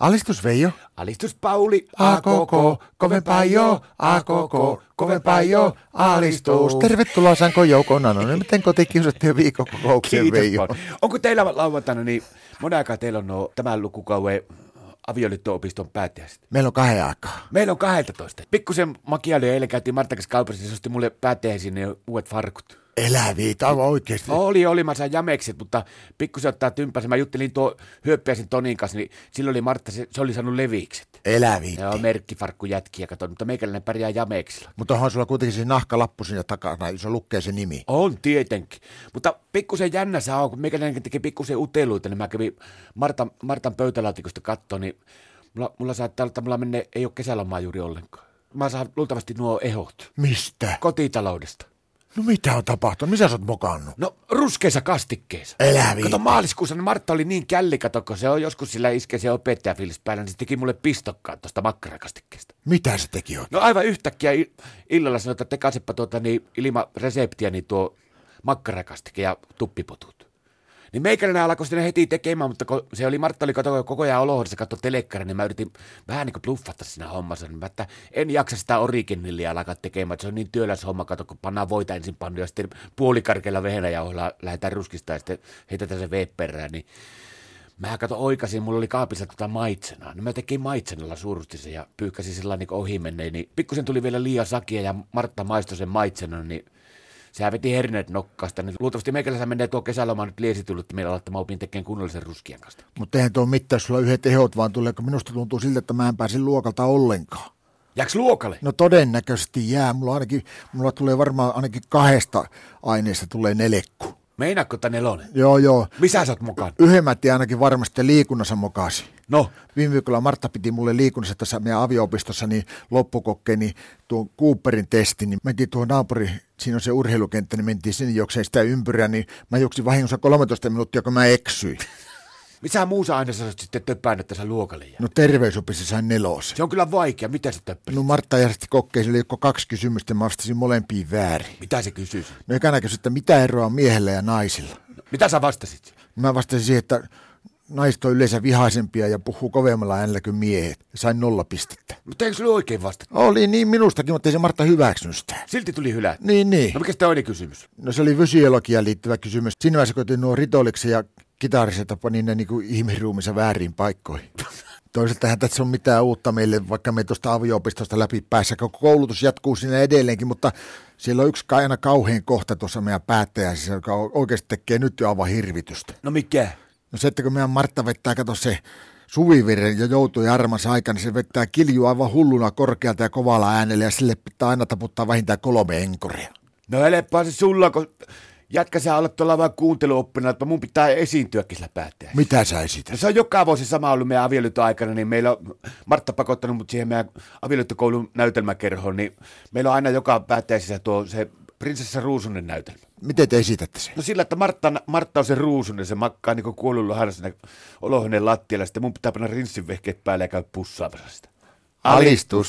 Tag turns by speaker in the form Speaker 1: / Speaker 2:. Speaker 1: Alistus Veijo.
Speaker 2: Alistus Pauli,
Speaker 1: Tervetuloa Sanko Joukon Anonymiten kotikiusattujen viikkokokoukseen
Speaker 2: Kiitos
Speaker 1: Veijo.
Speaker 2: paljon. Onko teillä lauantaina, niin monen aikaa teillä on no, tämän lukukauden avioliitto-opiston päättäjäiset?
Speaker 1: Meillä on kahden aikaa.
Speaker 2: Meillä on 12. Pikkusen makiailu ja eilen käytiin Marttakas kaupassa ja se osti mulle päättäjäisiin ne uudet farkut.
Speaker 1: Elä viita, aivan oikeesti.
Speaker 2: Oli, oli, mä sain jämekset, mutta pikkusen ottaa tympäsen. Mä juttelin tuo hyöppiäisen Tonin kanssa, niin silloin oli Martta, se, se oli saanut levikset.
Speaker 1: Elä viitti.
Speaker 2: Joo, merkkifarkku jätkiä katon, mutta meikäläinen pärjää jameksilla.
Speaker 1: Mutta onhan sulla kuitenkin se nahkalappu siinä takana, jossa lukee se nimi.
Speaker 2: On tietenkin. Mutta pikkusen jännä se on, kun meikäläinen teki pikkusen uteluita, niin mä kävin Martan, Martan pöytälaatikosta kattoon, niin mulla, mulla saattaa olla, että mulla menee, ei ole kesälomaa juuri ollenkaan. Mä saan luultavasti nuo ehot
Speaker 1: Mistä?
Speaker 2: kotitaloudesta.
Speaker 1: No mitä on tapahtunut? Missä sä oot mokannut?
Speaker 2: No ruskeissa kastikkeissa.
Speaker 1: Elä
Speaker 2: Kato,
Speaker 1: viitti.
Speaker 2: maaliskuussa niin Martta oli niin källi, kato, kun se on joskus sillä iskee se opettaja fiilis päällä, niin se teki mulle pistokkaan tuosta makkarakastikkeesta.
Speaker 1: Mitä se teki oikein?
Speaker 2: No aivan yhtäkkiä i- illalla sanoi, että tekaisepa tuota, niin, ilman reseptiä niin tuo makkarakastike ja tuppipotut. Niin meikäläinen alkoi sitten heti tekemään, mutta kun se oli Martta oli kato, koko ajan olohuoneessa katso telekkari, niin mä yritin vähän niin kuin bluffata siinä hommassa. Niin mä, että en jaksa sitä originillia alkaa tekemään, että se on niin työläs homma, kato, kun pannaan voita ensin pannu ja sitten puolikarkeilla vehnäjauhoilla lähdetään ruskista ja sitten heitetään se veepperään, niin Mä kato oikasin, mulla oli kaapissa tota maitsenaa. No mä tekin maitsenalla surustisen ja pyyhkäsin sillä niin ohi menneen, niin pikkusen tuli vielä liian sakia ja Martta maistoi sen maitsenan, niin sehän veti herneet nokkaasta. Niin luultavasti meikäläisen menee tuo kesäloma nyt liesitullut, meillä että mä opin tekemään kunnollisen ruskian kanssa.
Speaker 1: Mutta eihän tuo mitään, jos sulla on yhdet ehot, vaan tulee, kun minusta tuntuu siltä, että mä en pääse luokalta ollenkaan.
Speaker 2: Jääks luokalle?
Speaker 1: No todennäköisesti jää. Mulla, ainakin, mulla tulee varmaan ainakin kahdesta aineesta tulee nelekku.
Speaker 2: Meinaatko tää nelonen?
Speaker 1: Joo, joo.
Speaker 2: Missä sä oot mukaan?
Speaker 1: Yhden mä tiedän ainakin varmasti ja liikunnassa mokasi.
Speaker 2: No,
Speaker 1: Viime viikolla Martta piti mulle liikunnassa tässä meidän avioopistossa niin loppukokkeen niin tuon Cooperin testin, niin mentiin tuohon naapuri, siinä on se urheilukenttä, niin mentiin sinne jokseen sitä ympyrää, niin mä juoksin vahingossa 13 minuuttia, kun mä eksyin.
Speaker 2: missä muussa aineessa sä oot sitten töpään tässä luokalle jää?
Speaker 1: No terveysopissa sain nelosen.
Speaker 2: Se on kyllä vaikea, mitä se töppää?
Speaker 1: No Martta järjesti kokkeen, sillä oli joko kaksi kysymystä, mä vastasin molempiin väärin.
Speaker 2: Mitä se kysyy? sun?
Speaker 1: No ekana kysyi, että mitä eroa on miehellä ja naisilla?
Speaker 2: Mitä sä vastasit?
Speaker 1: Mä vastasin siihen, että naiset on yleensä vihaisempia ja puhuu kovemmalla äänellä kuin miehet. Sain nolla pistettä.
Speaker 2: Mutta eikö se ollut oikein vasta?
Speaker 1: Oli niin minustakin, mutta ei se Martta hyväksynyt sitä.
Speaker 2: Silti tuli hylää.
Speaker 1: Niin, niin.
Speaker 2: No mikä toinen kysymys?
Speaker 1: No se oli fysiologiaan liittyvä kysymys. Siinä vaiheessa, kun otin nuo ritoliksi ja kitariset ja panin ne niin kuin ihmisruuminsa väärin paikkoihin. Toisaalta eihän tässä on mitään uutta meille, vaikka me tuosta avioopistosta läpi päässä, kun koulutus jatkuu siinä edelleenkin, mutta siellä on yksi ka- aina kauhean kohta tuossa meidän päättäjässä, joka o- oikeasti tekee nyt jo aivan hirvitystä.
Speaker 2: No mikä?
Speaker 1: No se, että kun meidän Martta vettää, kato se suviviren ja joutui armansa aikana, se vettää kilju aivan hulluna korkealta ja kovalla äänellä ja sille pitää aina taputtaa vähintään kolme enkoria.
Speaker 2: No helppoa se sulla, kun jätkä sä olla tuolla vaan kuunteluoppina, että mun pitää esiintyäkin sillä päättäjä.
Speaker 1: Mitä sä esität?
Speaker 2: No se on joka vuosi sama ollut meidän avioliittoaikana, niin meillä on Martta pakottanut mut siihen meidän avioliittokoulun näytelmäkerhoon, niin meillä on aina joka päättäjässä tuo se prinsessa Ruusunen näytelmä.
Speaker 1: Miten te esitätte sen?
Speaker 2: No sillä, että Martta, Martta on se ruusunen, se makkaa niin kuollut siinä olohuoneen lattialla, sitten mun pitää panna rinssin vehkeet päälle ja käy pussaamassa sitä.
Speaker 1: Alistus.